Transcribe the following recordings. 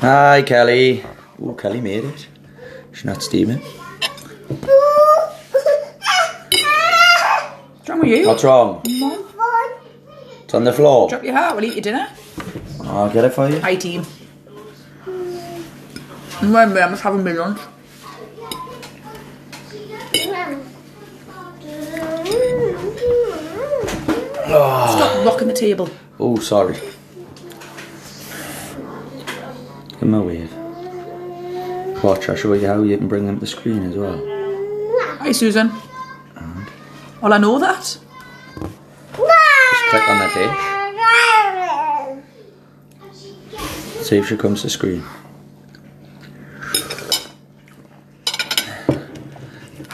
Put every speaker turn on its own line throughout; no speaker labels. Hi, Kelly. Oh, Kelly made it. She's not steaming.
What's wrong with you?
What's wrong? It's on the floor.
Drop your heart, we'll eat your dinner.
I'll get it for you.
Hi, team. Remember, I must have a big lunch. Stop rocking the table.
Oh, sorry. Give him a wave. Watch, I'll show you how you can bring them to screen as well.
Hi, Susan. Well, I know that.
Click on that dish. See if she comes to screen.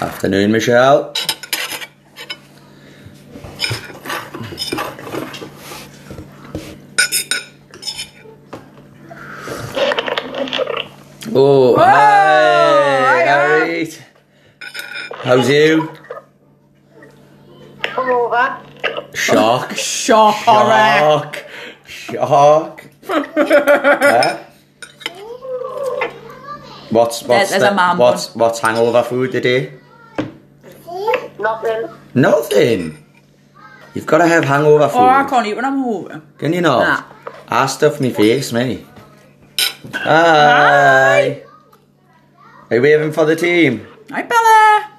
Afternoon, Michelle. Oh, hi,
hiya.
Harry. How's you?
Come over.
Shark.
Shock horror.
Shark. Shark. Huh? What's what's
there's
the-
a man
what's what's hangover food today?
Nothing.
Nothing. You've got to have hangover food.
Oh, I can't eat when I'm over.
Can you not?
Nah.
I stuff my face, me. Hi. Are you waving for the team?
Hi, Bella.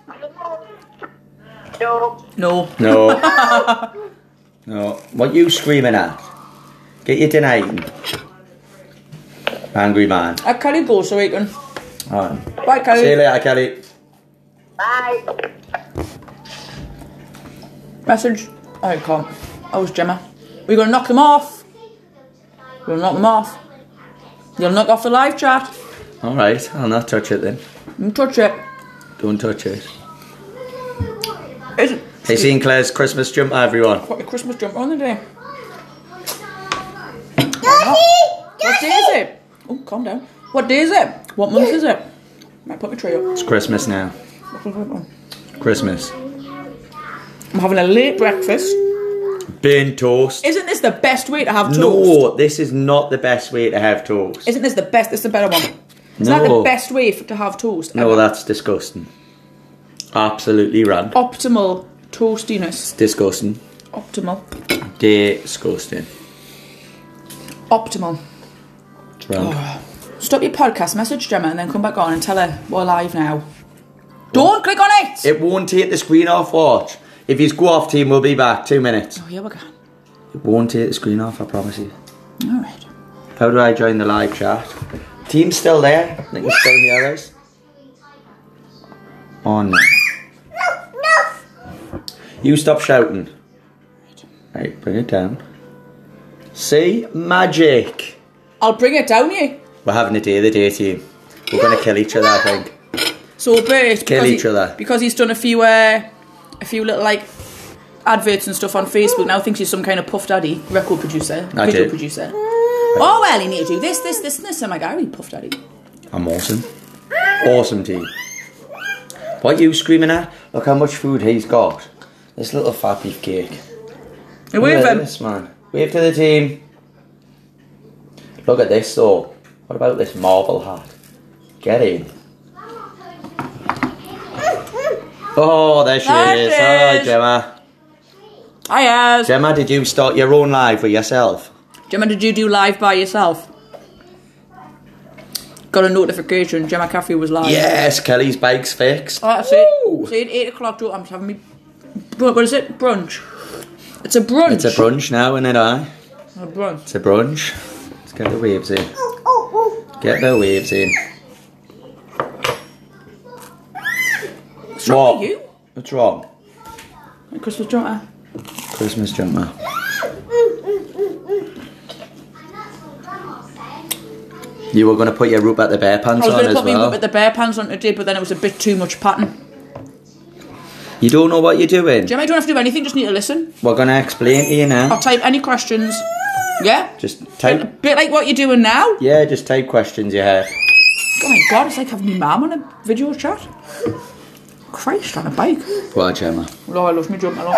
No.
No.
No. no. What you screaming at? Get your dinner eaten. Angry man.
I can't go so we can.
All right.
Bye, Kelly.
See you later, Kelly.
Bye.
Message. Oh, I can't. I was Gemma. We're gonna knock them off. We're gonna knock them off. You'll knock off the live chat.
All right. I'll not touch it then.
You touch it.
Don't touch it.
Isn't
Have you seen Claire's Christmas jumper, everyone?
quite a Christmas jumper on the day. What day is it? Oh, calm down. What day is it? What month is it? Might put my tree up.
It's Christmas now. Christmas.
I'm having a late breakfast.
Bin toast.
Isn't this the best way to have toast?
No, this is not the best way to have toast.
Isn't this the best? This is the better one. It's not
No.
the best way f to have toast.
No,
ever.
that's disgusting. Absolutely rank.
Optimal toastiness.
Disgusting.
Optimal.
Disgusting.
Optimal.
It's rank.
Oh. Stop your podcast, message Gemma, and then come back on and tell her we're live now. Don't click on it!
It won't take the screen off, watch. If you go off, team, we'll be back. Two minutes.
Oh, here we go.
It won't take the screen off, I promise you.
Alright.
How do I join the live chat? Team's still there. They can still hear us. Oh no. You stop shouting. Right, bring it down. See? Magic.
I'll bring it down you.
We're having a day of the day team. We're gonna kill each other, I think.
So Bert,
Kill
because
each other.
because he's done a few uh, a few little like adverts and stuff on Facebook now thinks he's some kind of puff daddy record producer,
I
video
do.
producer. Oh well, he need to do this, this, this, and this. I'm like, I really puff daddy.
I'm awesome. Awesome team. What you screaming at? Look how much food he's got. This little fat beef cake.
And wave
Look at
him.
this man. Wave to the team. Look at this though. What about this marble hat? Get in. Oh, there she
There
is.
she
Hello,
is.
Gemma.
Hiya.
Gemma, did you start your own live with yourself?
Gemma, did you do live by yourself? Got a notification. Gemma Caffrey was live.
Yes, Kelly's bike's fixed.
Oh, that's
Woo!
it. See, at eight o'clock, do- I'm having me. br- What is it? Brunch. It's a brunch.
It's a brunch now, isn't it? I.
A brunch.
It's a brunch. Let's get the waves in. Get the waves in.
What's wrong with you?
What's wrong?
A Christmas jumper.
Christmas jumper. You were going to put your Rupert the Bear
I
pants
was
on
going
as
to put me
well.
with the bear pants on today, but then it was a bit too much pattern.
You don't know what you're doing.
Jim, I don't have to do anything. Just need to listen.
We're going to explain to you now.
I'll type any questions. Yeah.
Just
A
type.
bit like what you're doing now.
Yeah, just type questions you have.
Oh my god, it's like having your mum on a video chat. Christ, on a bike. Oh,
Watch Emma.
Laura loves me jump a lot.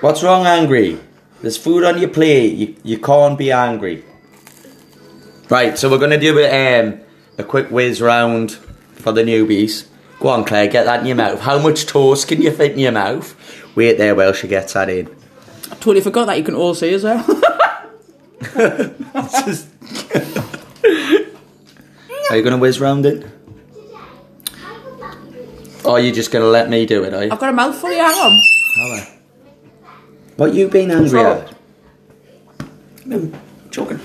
What's wrong, angry? There's food on your plate. You, you can't be angry. Right, so we're going to do a, um, a quick whiz round for the newbies. Go on, Claire, get that in your mouth. How much toast can you fit in your mouth? Wait there while she gets that in.
I totally forgot that you can all see as well.
Are you going to whiz round it? Or are you just going to let me do it, are you?
I've got a mouthful, yeah, hang on.
Hello. What you been angry
Sorry.
at? No, joking.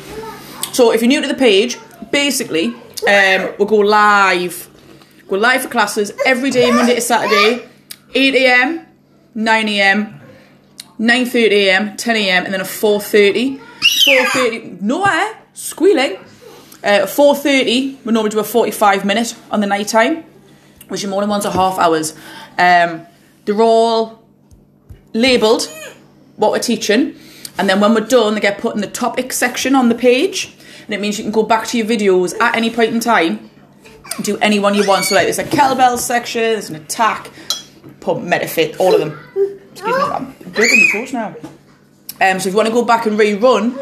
So if you're new to the page, basically, um, we'll go live. Go live for classes every day, Monday to Saturday, 8 a.m., 9 a.m., 9.30 a.m., 10 a.m., and then a 4.30. 4.30, nowhere, squealing. Uh, 4.30, we normally do a 45 minute on the night time, which your morning ones are half hours. Um, they're all labelled what we're teaching, and then when we're done, they get put in the topic section on the page, and it means you can go back to your videos at any point in time, do any one you want. So like, there's a kettlebell section, there's an attack, pump, metafit, all of them. Excuse me, I'm breaking the course now. Um, so if you want to go back and rerun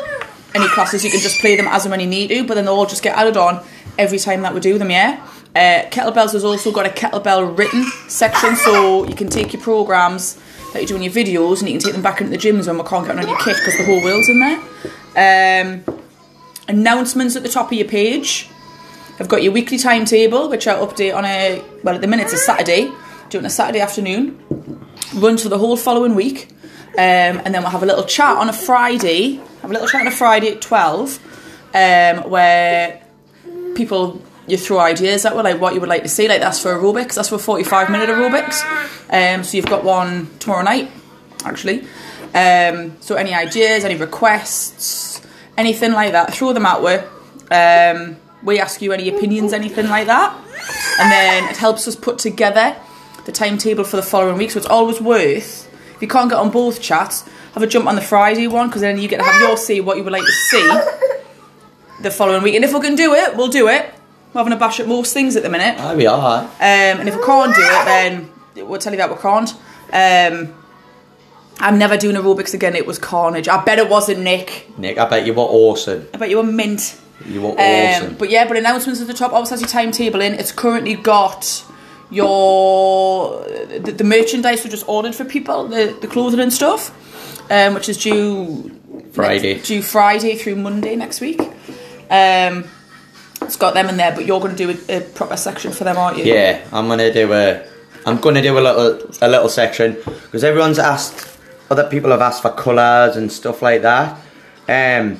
any classes, you can just play them as and when you need to, but then they'll all just get added on every time that we do them, yeah? Uh, kettlebells has also got a kettlebell written section, so you can take your programs that you do in your videos and you can take them back into the gyms when we can't get on your kit because the whole world's in there. Um, announcements at the top of your page. I've got your weekly timetable, which I update on a well at the minute it's a Saturday, do it on a Saturday afternoon. Runs for the whole following week, um, and then we'll have a little chat on a Friday. Have a little chat on a Friday at twelve, um, where people you throw ideas at like what you would like to see. Like that's for aerobics, that's for forty-five minute aerobics. Um, so you've got one tomorrow night, actually. Um, so any ideas, any requests, anything like that, throw them out. We um, we ask you any opinions, anything like that, and then it helps us put together the timetable for the following week. So it's always worth. If you can't get on both chats, have a jump on the Friday one because then you get to have your see what you would like to see the following week. And if we can do it, we'll do it. We're having a bash at most things at the minute. Um,
There we are.
and if we can't do it, then we'll tell you that we can't. Um, I'm never doing aerobics again. It was carnage. I bet it wasn't Nick.
Nick, I bet you were awesome.
I bet you were mint.
You were
Um,
awesome.
but yeah, but announcements at the top always has your timetable in. It's currently got your the, the merchandise we just ordered for people, the, the clothing and stuff, um, which is due
Friday.
next- due Friday through Monday next week. Um, it's got them in there, but you're going to do a, a proper section for them, aren't you?
Yeah, I'm gonna do a. I'm gonna do a little a little section because everyone's asked. Other people have asked for colours and stuff like that. Um,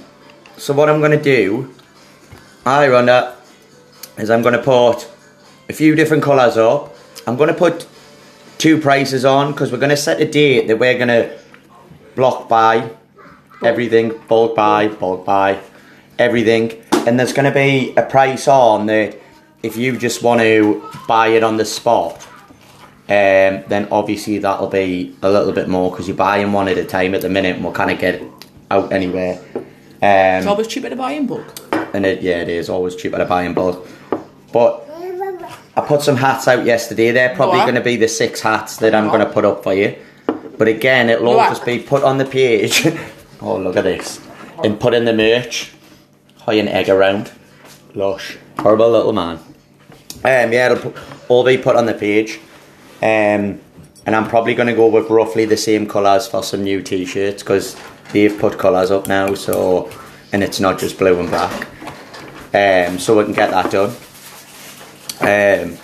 so what I'm gonna do, I run it, is I'm gonna put a few different colours up. I'm gonna put two prices on because we're gonna set a date that we're gonna block buy everything, bulk buy, bulk buy, everything. And there's going to be a price on that if you just want to buy it on the spot, um, then obviously that'll be a little bit more because you're buying one at a time at the minute and we'll kind of get it out anywhere.
It's
Um,
always cheaper to buy in bulk.
and it, yeah, it is always cheaper to buy in bulk. But I put some hats out yesterday. They're probably
Right.
going to be the six hats that I'm
Right.
going to put up for you. But again, it'll all
Right.
just be put on the page. oh, look at this. And put in the merch. High an egg around. Lush. Horrible little man. Um, yeah, it'll pu- all be put on the page. Um, and I'm probably going to go with roughly the same colours for some new t shirts because they've put colours up now. So, and it's not just blue and black. Um, so we can get that done. Um,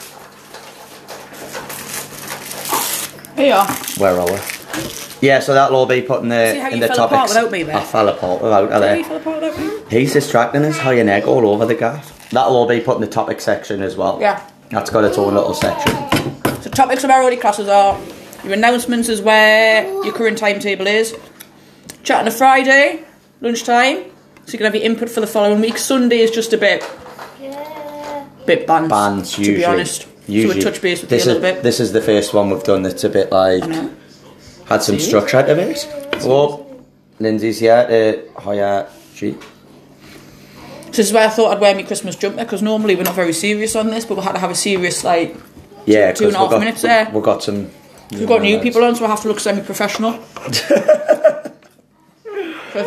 Here you are.
Where are we? Yeah, so that'll all be put in the
See how
in
you
the
fell apart
topics.
without me there?
I fell apart without her
Sorry
there.
for the part without me.
He's distracting us, high and egg all over the gaff. That'll all be put in the topic section as well.
Yeah.
That's got its own little section.
So topics of our early classes are your announcements is where your current timetable is. Chat on a Friday, lunchtime, so you can have your input for the following week. Sunday is just a bit bit banned.
Bands
to
usually.
be honest.
Usually.
So we touch base with
this
you a
is,
little bit.
This is the first one we've done that's a bit like
know.
had some
See?
structure to it. Well, Lindsay's here to hire she
So this is why I thought I'd wear my Christmas jumper because normally we're not very serious on this, but we had to have a serious like.
Yeah,
Two and
'cause
a half
we've got,
minutes there.
We've got some
We've got new people on, so I have to look semi-professional. That's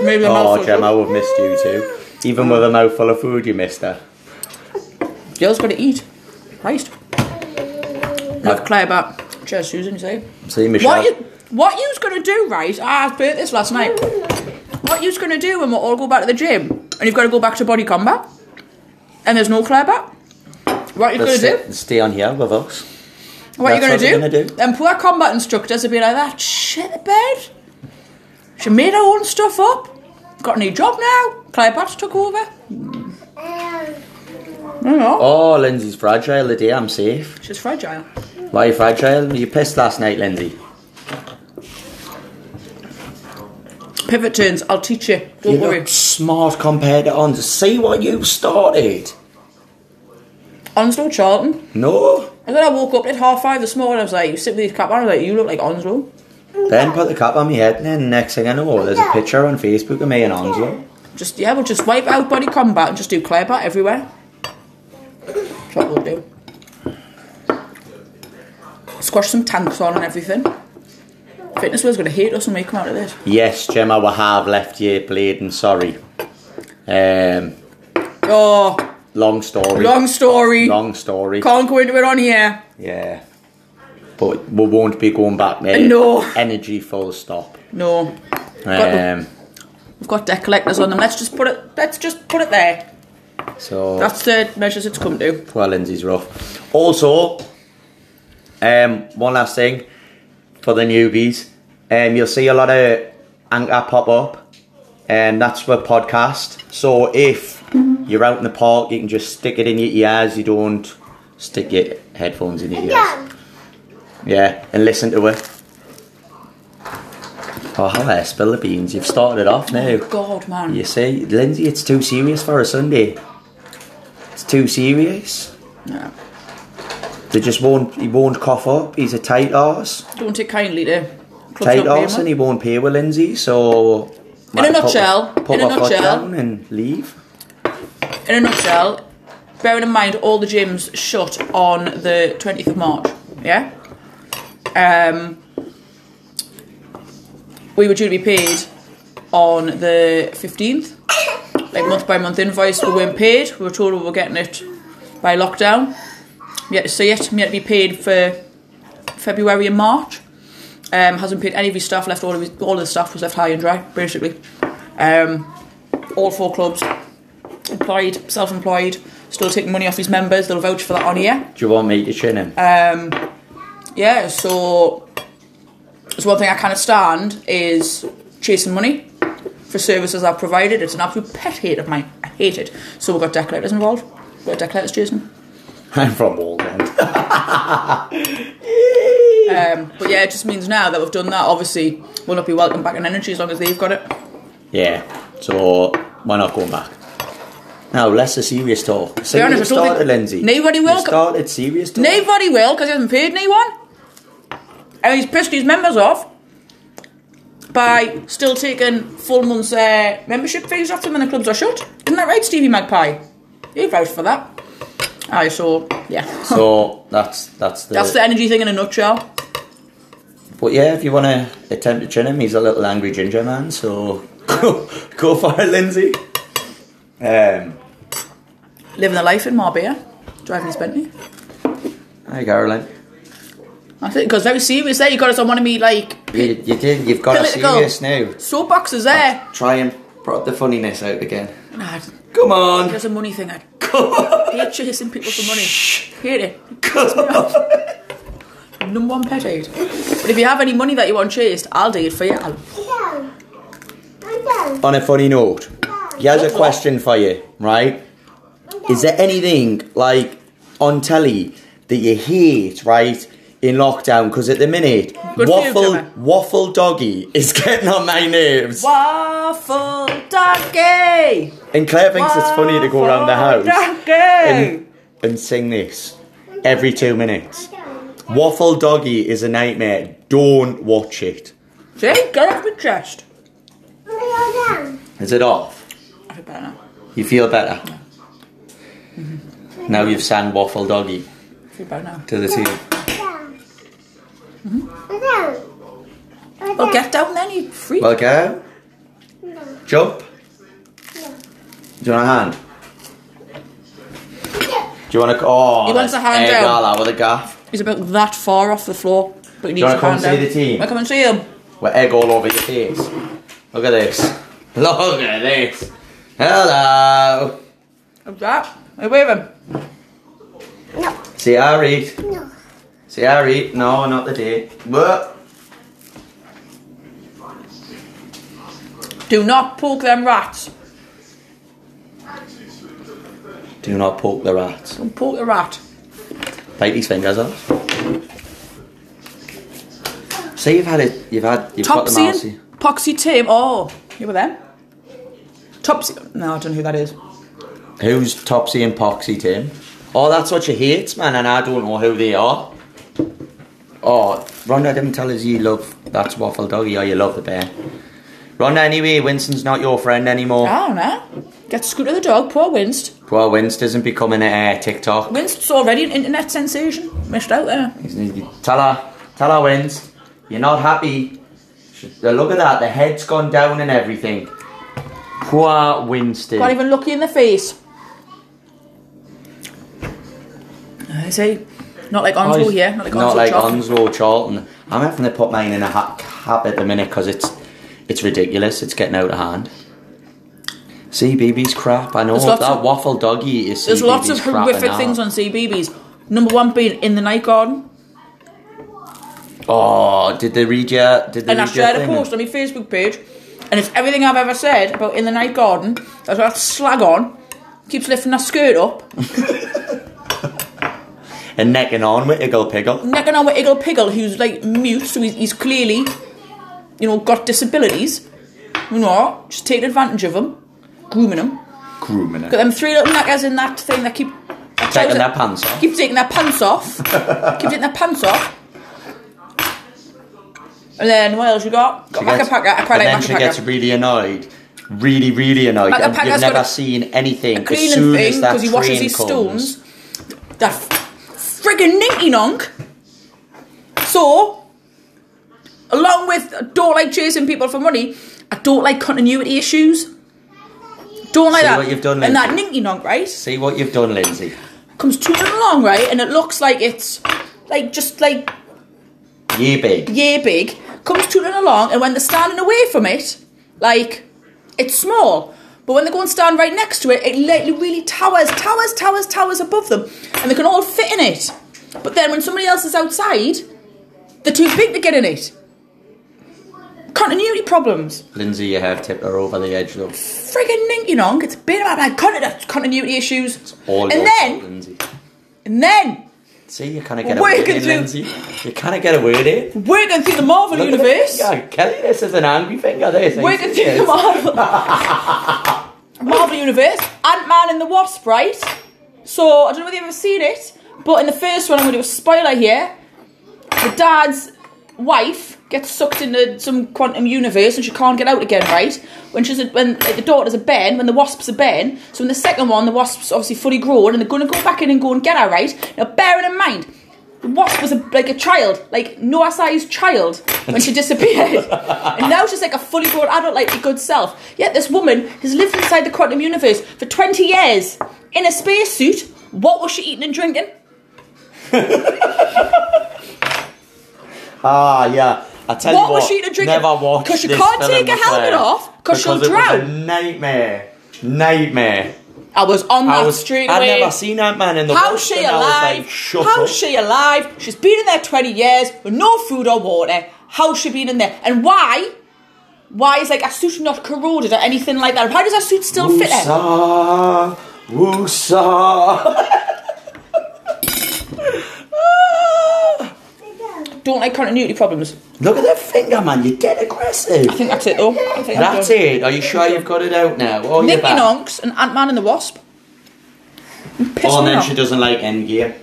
maybe a
Oh,
mouthful.
Gemma, we've missed you too. Even with a mouthful of food, you missed her.
Girls got to eat. Christ. Love Claire back. Cheers, Susan. You say.
See, Michelle.
What you what you's gonna do, right? Ah, I asked Bert this last night. What you's gonna do when we all go back to the gym and you've got to go back to body combat and there's no Claire back? What you gonna
Just
do?
sit and stay on here with us.
What you gonna
That's
do?
what they're gonna do.
And poor combat instructors would be like that. Shit the bed. She made her own stuff up. Got a new job now. Claire Batts took over. No,
Oh, Lindsay's fragile today. I'm safe.
she's fragile.
Why are you fragile? Were you pissed last night, Lindsay?
Pivot turns. I'll teach you. Don't
you
worry.
look smart compared to Ons. See what you started.
Onslow Charlton.
No.
And then I woke up at half five this morning. I was like, "You sit with your cap on." I was like, "You look like Onslow."
Then put the cap on my head, and then next thing I know, there's a picture on Facebook of me and Onslow.
Just yeah, we'll just wipe out body combat and just do clear bat everywhere. That's what we'll do. Squash some tanks on and everything. Fitness World's gonna hate us when we come out of this.
Yes, Gemma, we have left you bleeding. Sorry. Um,
Oh,
long story.
long story.
Long story.
Can't go into it on here.
yeah. But we won't be going back there.
No.
Energy full stop.
No, Got
Um,
we've got debt collectors on them. Let's just put it. Let's just put it there.
so
That's the measures it's come to.
Well, Lindsay's rough. Also, um, one last thing for the newbies. Um, you'll see a lot of anchor pop up, and that's for podcast. So if you're out in the park, you can just stick it in your ears. You don't stick your headphones in your ears. Yeah, and listen to it. Oh, how I spill the beans. You've started off now.
God, man.
You see, Lindsay, it's too serious for a Sunday. It's too serious.
No.
They just won't. He won't cough up. He's a tight arse.
Don't take kindly to clubs
Tight
not paying
arse,
much.
and he won't pay with Lindsay. So, might
a
put-
nutshell,
put
in a
my foot
nutshell.
down and leave.
in a nutshell, bearing in mind all the gyms shut on the 20th of March, yeah? Um, we were due to be paid on the 15th, like month by month invoice. We weren't paid, we were told we were getting it by lockdown. Yet, so, yet, we had to be paid for February and March. Um, hasn't paid any of his staff, left all of, his, all of the staff was left high and dry, basically. Um, all four clubs employed, self-employed, still taking money off his members. They'll vouch for that on here.
Do you want me to chin him?
Uh, Yeah, so it's one thing I can't stand is chasing money for services I've provided. It's an absolute pet hate of mine. I hate it. So we've got declarators involved. We've got declarators chasing.
I'm from Walden.
Um, but yeah, it just means now that we've done that, obviously we'll not be welcome back in energy as long as they've got it.
yeah. So why not going back? Now less of serious talk. See,
Be honest,
you
I don't
started,
think-
Lindsay.
Nobody
You
will co-
started serious talk.
Nobody will because he hasn't paid anyone. And he's pissed his members off by still taking full months' uh, membership fees off them when the clubs are shut. Isn't that right, Stevie Magpie? You vouched for that. Aye, so, yeah.
So that's that's the.
That's the energy thing in a nutshell.
But yeah, if you want to attempt to chin him, he's a little angry ginger man, so go, go for it, Lindsay. Um,
Living the life in Marbella, driving his Bentley.
hi, Caroline.
That's it, because very serious there. You got us on one of me, like,
You, you did, you've got
Political.
a serious now.
soapboxes there.
Try and brought the funniness out again.
eh? Nah,
Come on!
there's a money thing. I
Come on!
hate chasing people for money. Hate it.
Come on!
Number one pet hate. But if you have any money that you want chased, I'll do it for you. I'll
On a funny note, he has a question for you, right? Is there anything like on telly that you hate, right? In lockdown, because at the minute,
Good for you,
waffle
Gemma.
waffle doggy is getting on my nerves.
Waffle donkey.
And Claire thinks it's funny to go around the house and, and sing this every two minutes. Waffle Doggy is a nightmare. Don't watch it.
See, get off my chest.
Is it off?
I feel better now.
You feel better?
Mm-hmm.
Now you've sang Waffle Doggy
I feel better now.
to the team.
Well, get down then, you freak.
Well, go.
No.
Jump. Do you want a hand? Do you want to? Oh,
He
that's
wants a hand
Ed
down.
Gala with a gaff.
He's about that far off the floor, but he needs
wanna
to
come
hand
see
out.
the team?
Wanna come and see him.
With egg all over your face. Look at this. Look at this. Hello.
Of that. Hey, wave him.
No.
See I eat.
No.
See I eat. No, not the day. What?
Do not poke them rats.
Do not poke the rat.
Don't poke the rat.
Bite his fingers off. See, you've had it. You've had. You've got the
Topsy
mousey.
and Poxy Tim. Oh, you were them? Topsy. No, I don't know who that is.
Who's Topsy and Poxy Tim? Oh, that's what you hate, man, and I don't know who they are. Oh, Rhonda didn't tell us you love that's Waffle Doggy or you love the bear. Rhonda, anyway, Winston's not your friend anymore.
I don't know. Get Scooter the dog. Poor Winst.
Well, Winston isn't becoming a uh, TikTok.
Winst's already an internet sensation. Missed out eh? there.
Tell her, tell her, Winston, you're not happy. She- Look at that, the head's gone down and everything. Poor Winston.
Can't even look you in the face. I say, not like Onslow here. Not like Onslow.
Not like
Chalk.
Onslow Charlton. I'm having to put mine in a hat cap at the minute because it's it's ridiculous. It's getting out of hand. CBB's crap. I know
There's lots
that
of-
waffle doggy is.
There's lots of
CBeebies crap
horrific
and
things
that.
on CBBS. Number one being in the night garden.
Oh, did they read your? Did they
and I
read your
shared a
thing?
post on my Facebook page, and it's everything I've ever said about in the night garden. That's what I slag on. Keeps lifting her skirt up,
And necking on with Iggle Piggle.
necking on with Iggle Piggle, who's like mute, so he's, he's clearly, you know, got disabilities. You know, just taking advantage of him, grooming him.
Grooming
Got
it.
them three little knackers in that thing that keep that
Taking
trouser-
their pants off.
Keep taking their pants off. keep taking their pants off. And then what else you got? Got
She gets-
Macapaca. I quite
and
like
then she gets
Macapaca.
really annoyed. Really, really annoyed.
Macapaca's
And you've
got
never
a-
seen anything as
Cleaning
soon as
thing
that
because he washes
train
his
comes.
stones. That friggin' ninky nonk. So, along with I don't like chasing people for money, I don't like continuity issues. Don't like
See
that.
what you've done,
and that
Lindsay.
ninky nonk, right?
See what you've done, Lindsay.
comes tooting along, right? And it looks like it's like just like
Ye big.
yay big. Comes tooting along, and when they're standing away from it, like it's small. But when they go and stand right next to it, it literally really towers, towers, towers, towers above them, and they can all fit in it. But then when somebody else is outside, they're too big to get in it. Continuity problems.
Lindsay, you have tipped her over the edge though.
Friggin' ninky nonk. It's been about like continu- continuity issues.
All
and
your fault,
then,
Lindsay.
and then,
See, you kind of get
Working
away with it,
through-
Lindsay. You kind of get away with it. Look
working through the Marvel
at
universe.
this. Yeah, Kelly, this is an angry finger. This.
We're going to do the Marvel. Marvel Universe. Ant Man and the Wasp, right? So, I don't know whether you've ever seen it, but in the first one, I'm going to do a spoiler here. The dad's wife gets sucked into some quantum universe and she can't get out again, right? When she's a, when like, the daughter's a Ben, when the wasp's a Ben. So in the second one, the wasp's obviously fully grown and they're going to go back in and go and get her, right? Now, bearing in mind, the wasp was a, like a child, like Noah sized child when she disappeared. and now she's like a fully grown adult, like your good self. Yet this woman has lived inside the quantum universe for 20 years in a spacesuit. What was she eating and drinking?
Ah, yeah. I tell
What
you what.
was she to drink?
Never watch
'Cause you
this
can't
film
take a
with her,
helmet off, 'cause she'll
because it was a
drown.
nightmare. Nightmare.
I was on that
I was.
straight
I'd
away.
never seen Ant Man in the.
How's
West,
she
and I was
alive?
Like, Shut
How's
up.
she alive? She's been in there 20 years with no food or water. How's she been in there? And why? Why is like a suit not corroded or anything like that? Why does her suit still fit her?
Woosa, woosa.
Don't like continuity problems.
Look at that finger, man. You're dead aggressive.
I think that's it though. I think
That's it. Are you sure you've got it out now? Oh, you're
Nicky
back.
Nonks and Ant Man and the Wasp. I'm pissing
Oh, and then
off.
she doesn't like Endgame.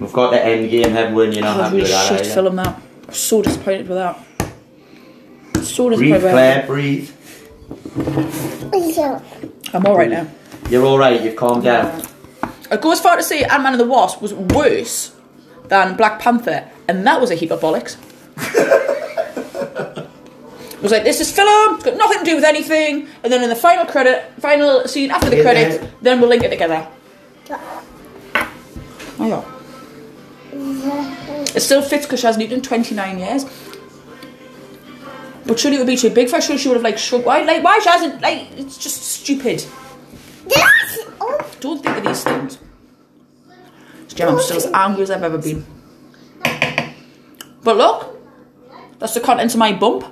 We've got the Endgame, haven't we? And you're not
That
happy
was Oh, really
with that,
shit
are you?
film that. I'm so disappointed with that. So disappointed
Breathe,
with
Claire,
that.
breathe.
No.
I'm alright now.
You're alright, you've calmed down.
I go as far to say Ant Man and the Wasp was worse than Black Panther, and that was a heap of bollocks. was like, this is filler, it's got nothing to do with anything. And then in the final credit, final scene after the
Yeah.
credits, then we'll link it together. Oh, yeah. It still fits because she hasn't eaten in 29 years. But surely it would be too big for her. Surely she would have like shrunk. Why? Like why she hasn't? Like it's just stupid.
Oh.
Don't think of these things. Gemma, I'm still as angry as I've ever been. But look, that's the contents of my bump.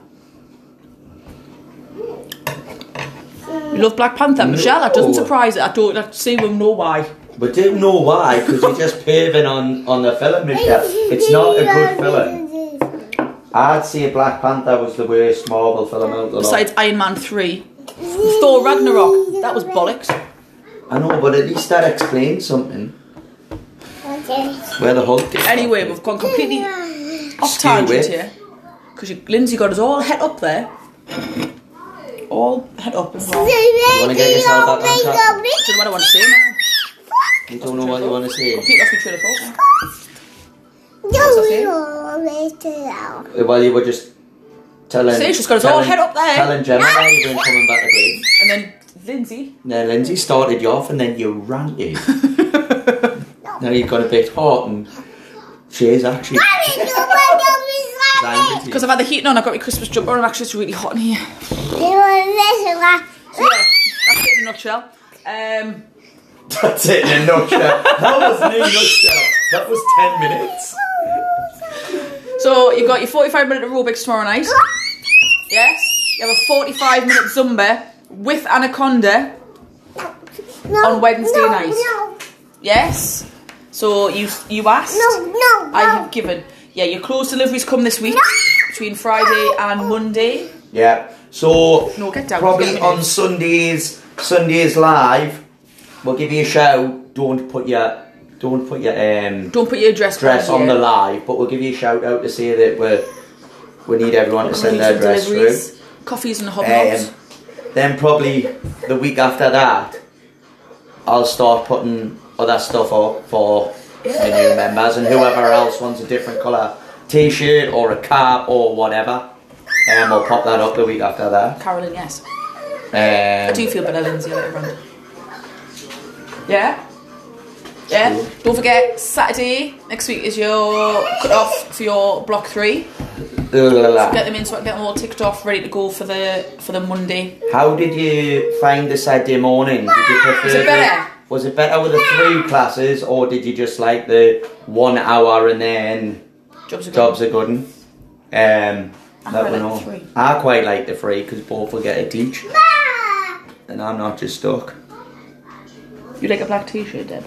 You love Black Panther, Michelle. That doesn't
No.
surprise. I don't. I see. We know why.
We don't know why, because you're just paving on, on the film, Michelle. It's not a good film. I'd say Black Panther was the worst Marvel film out the lot.
Besides Iron Man three, Thor Ragnarok. That was bollocks.
I know, but at least that explains something. Where the Hulk did.
Anyway, we've gone completely off
Stew
tangent
with.
here because Lindsay got us all het up there, all het up and wrong.
You wanna get yourself out on top?
Do you know what I want to say now?
You don't know what you want to say.
Pete lost my train of thought. now.
Well, you were just telling.
See, she's got us all
telling,
head up there.
Telling Gemma how you been coming back to green.
And then Lindsay.
Now, Lindsay started you off and then you ranted. now you've got a bit hot and she is actually. angry to you.
Because I've had the heating on, I've got my Christmas jumper on, I'm actually it's really hot in here. So yeah, that's it in a nutshell. Um,
That's it in a nutshell. That was in a nutshell. That was 10 minutes.
so you've got your 45 minute aerobics tomorrow night. Yes. You have a 45 minute Zumba with Anaconda. On Wednesday
no,
night.
No,
Yes. So you you asked.
no, no,
I
no.
have given. Yeah, your clothes deliveries come this week between Friday and Monday.
Yeah. So
No, get down, get
probably
down.
on Sundays, Sundays live, we'll give you a shout. Don't put your don't put your um,
Don't put your dress
dress on
here.
the live, but we'll give you a shout out to say that we we need everyone to send their dress through.
deliveries, coffees and hobnobs.
Um, then probably the week after that, I'll start putting other stuff up for the new members and whoever else wants a different colour t-shirt or a cap or whatever. Um, I'll pop that up the week after that.
Carolyn, yes. I do
Um,
feel better than zero around. Yeah? Yeah? Don't forget, Saturday next week is your cut off for your block three.
la, Um, la, la.
Get them in so I can get them all ticked off, ready to go for the for the Monday.
How did you find the Saturday morning? Did you prefer
Was it
the-
better?
was it better with the three classes or did you just like the one hour and then
Jobs are good.
Jobs are good. un. Um, that
I quite
one
like
all.
the three.
I quite like the three because both will get a teach, and I'm not just stuck.
You like a black t shirt, Deb?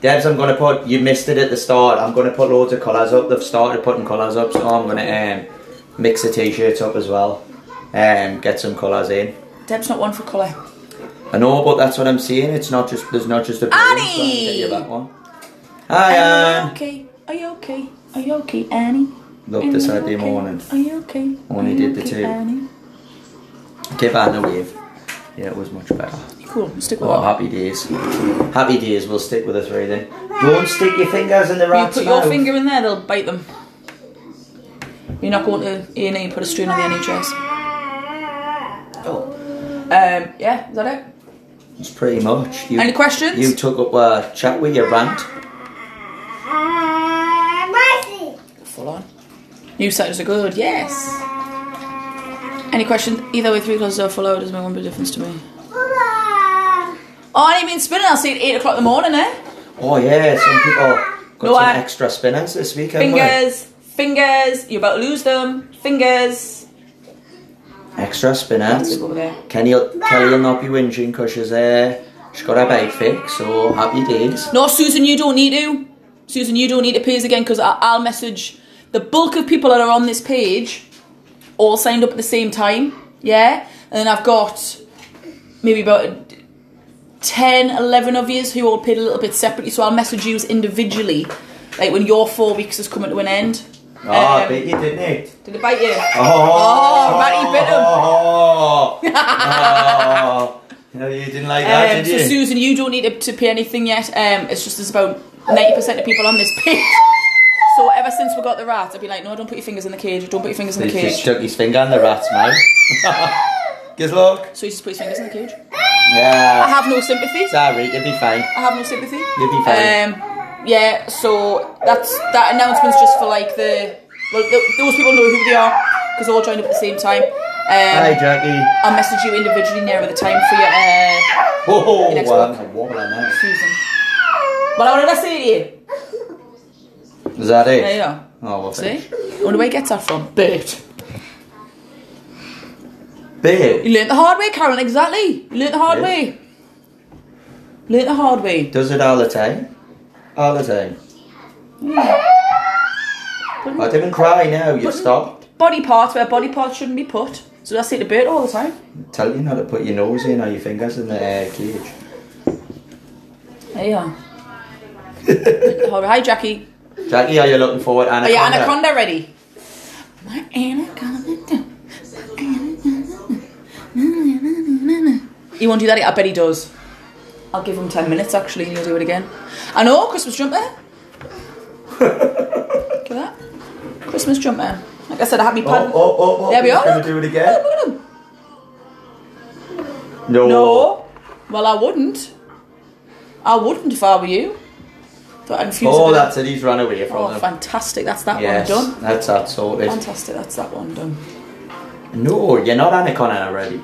Debs, I'm gonna put. You missed it at the start. I'm gonna put loads of colours up. They've started putting colours up, so I'm gonna um, mix the t-shirts up as well. Um, get some colours in.
Deb's not one for colour.
I know, but that's what I'm saying. It's not just there's not just a blue, So I'll get you that one. Hi,
Are you
Anne.
okay? Are you okay? Are you okay, Annie?
Love the Saturday morning.
Are you okay?
Only
Are you
did the two.
Annie?
Give Anne a wave. Yeah, it was much better.
Cool, stick with
Oh,
that.
happy days. Happy days, we'll stick with the three then. Don't stick your fingers in the
You
rat's
put your
mouth.
finger in there, they'll bite them. You're not going to A and E. Put a strain on the NHS. Oh, um, yeah. Is that it?
It's pretty much. You,
Any questions?
You took up a chat with your rant.
Full on. New sectors are good. Yes. Any questions? Either way, three closes or full hour doesn't make one bit of difference to me. Oh, I ain't been spinning. I'll see you at eight o'clock in the morning, eh?
Oh yeah, some people got
No,
some
I-
extra spinners this weekend. weren't
Fingers, fingers. You're about to lose them. Fingers.
they? Extra
Let's
spinners.
go over there.
Kenny, Kelly will not be whinging because she's, uh, she's got her bike fixed, so happy days.
No, Susan, you don't need to. Susan, you don't need to page again because I'll message the bulk of people that are on this page all signed up at the same time. Yeah? And then I've got maybe about 10, 11 of yous who all paid a little bit separately. So I'll message yous individually, like when your four weeks is coming to an end.
Oh, I
Um,
bet you didn't it?
Did it bite you?
Oh,
Oh, Matty bit him.
Oh, oh. No, you didn't like that,
Um,
did you?
so Susan, you don't need to, to pay anything yet. Um, it's just there's about ninety percent of people on this page, So ever since we got the rat, I've been like, no, don't put your fingers in the cage. Don't put your fingers in the
He's just
cage.
stuck his finger in the rat's mouth. Good luck.
So he just put his fingers in the cage. I
Yeah.
have no sympathy.
Sorry, you'll be fine.
I have no sympathy.
You'll be fine.
Um, yeah. So that's that announcement's just for like the well, th those people know who they are because they all joined up at the same time.
Hi,
Um,
Jackie.
I'll message you individually nearer the time for your uh,
Oh,
next
well,
one.
I'm a wobbler now.
Susan. Well, I wanted to say to you.
Is that it?
There you are.
Oh, well,
See?
finished.
I wonder where he gets that from. Bert.
Babe,
You learnt the hard way, Carol, exactly. You learnt the hard
Yes.
way. Learnt the hard way.
does it all the time? All the time. I didn't cry now, you've stopped.
Body parts where body parts shouldn't be put. So I say to Bert all the time.
Tell you not to put your nose in or your fingers in the uh, cage.
There you are. Learnt the hard way. Hi, Jackie.
Jackie, are you looking forward?
Are
Anaconda.
you Oh, anaconda ready? My anaconda. He won't do that. I bet he does. I'll give him ten minutes actually, and he'll do it again. I know Christmas jumper. Look at that Christmas jumper. Like I said, a happy
Oh,
pad.
oh, oh, oh.
there we
he's
are.
gonna
look.
do it again.
Look at him.
No. Oh,
No. Well, I wouldn't. I wouldn't if I were you. Thought I'd infuse a bit
Oh,
of-
that's it. He's run away from
Oh,
them.
fantastic! That's that
Yes,
one done.
that's that sorted.
Fantastic! That's that one done.
No, you're not anaconda already.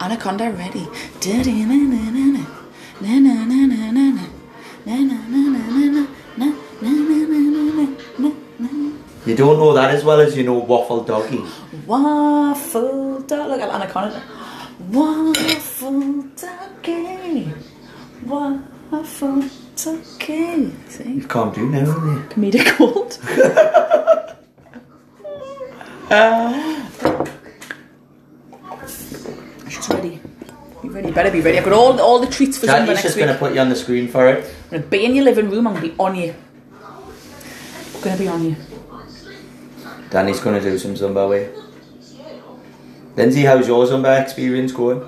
Anaconda ready. Da-da-na-na-na-na. Na-na-na-na-na-na. Na-na-na-na-na-na. Na-na-na-na-na-na-na.
You don't know that as well as you know waffle doggy.
Waffle dog. Look at Anaconda. Waffle doggy. Waffle doggy. See?
You can't do now, can you?
Comedic gold. She's ready. Be ready. Better be ready. I've got all, all the treats for Zumba
Jackie's
next
just
week.
going to put you on the screen for it.
I'm gonna be in your living room. I'm gonna be on you. I'm gonna be on you.
Danny's going to do some Zumba way. Lindsay, how's your Zumba experience going?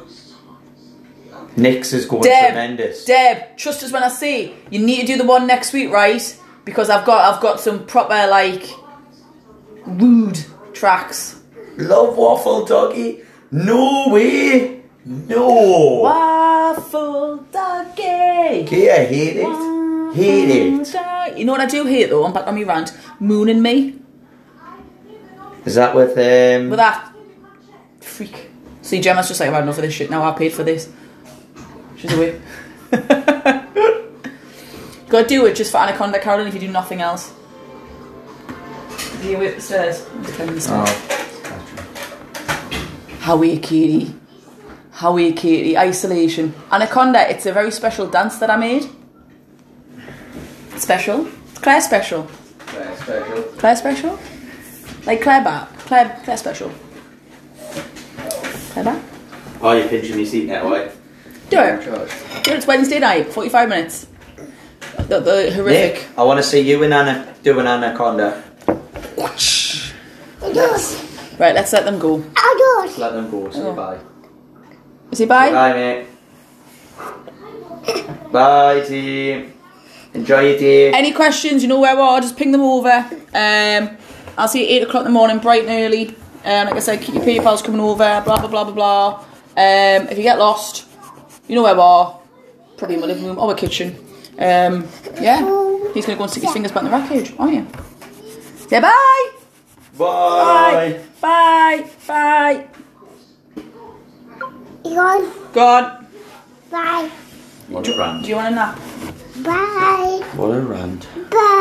Nick's is going
Deb,
tremendous.
Deb, trust us when I say you need to do the one next week, right? Because I've got I've got some proper like rude tracks.
Love waffle doggy? No way! No!
Waffle doggy.
Okay, I hate it.
Waffle
Hate it.
dog- You know what I do hate though? I'm back on my rant. Moon and me
Is that with um?
with that freak. See, Gemma's just like I've had enough of this shit. Now I paid for this. She's away. Gotta do it just for Anaconda Carolyn if you do nothing else. Do you whip the stairs? Just climb the stairs.
Oh,
How are you, Katie? How are you, Katie? Isolation. Anaconda, it's a very special dance that I made. Special? It's Claire special. Claire special? Like Claire Bat. Claire, Claire special. Claire Bat?
oh, you're pinching your seat now, right?
Do it. Do it. It's Wednesday night, 45 minutes. The, the horrific.
Nick, I want to see you and Anna doing anaconda.
Yes.
Right, let's let them go.
I don't.
Let them go. Say
Oh.
bye.
Say bye.
Bye, mate. Bye, team. Enjoy your day.
Any questions, you know where we are, just ping them over. Um, I'll see you at 8 o'clock in the morning, bright and early. Um, like I said, keep your PayPal's coming over, blah, blah, blah, blah, blah. Um, if you get lost, you know where we are. Probably in my living room or my kitchen. Um, yeah. He's going to go and stick his fingers back in the rat cage, aren't you? Say bye!
Bye.
Bye! Bye!
Egon.
God,
Bye.
What a rant.
do you want a nap?
Bye.
What a rant.
Bye.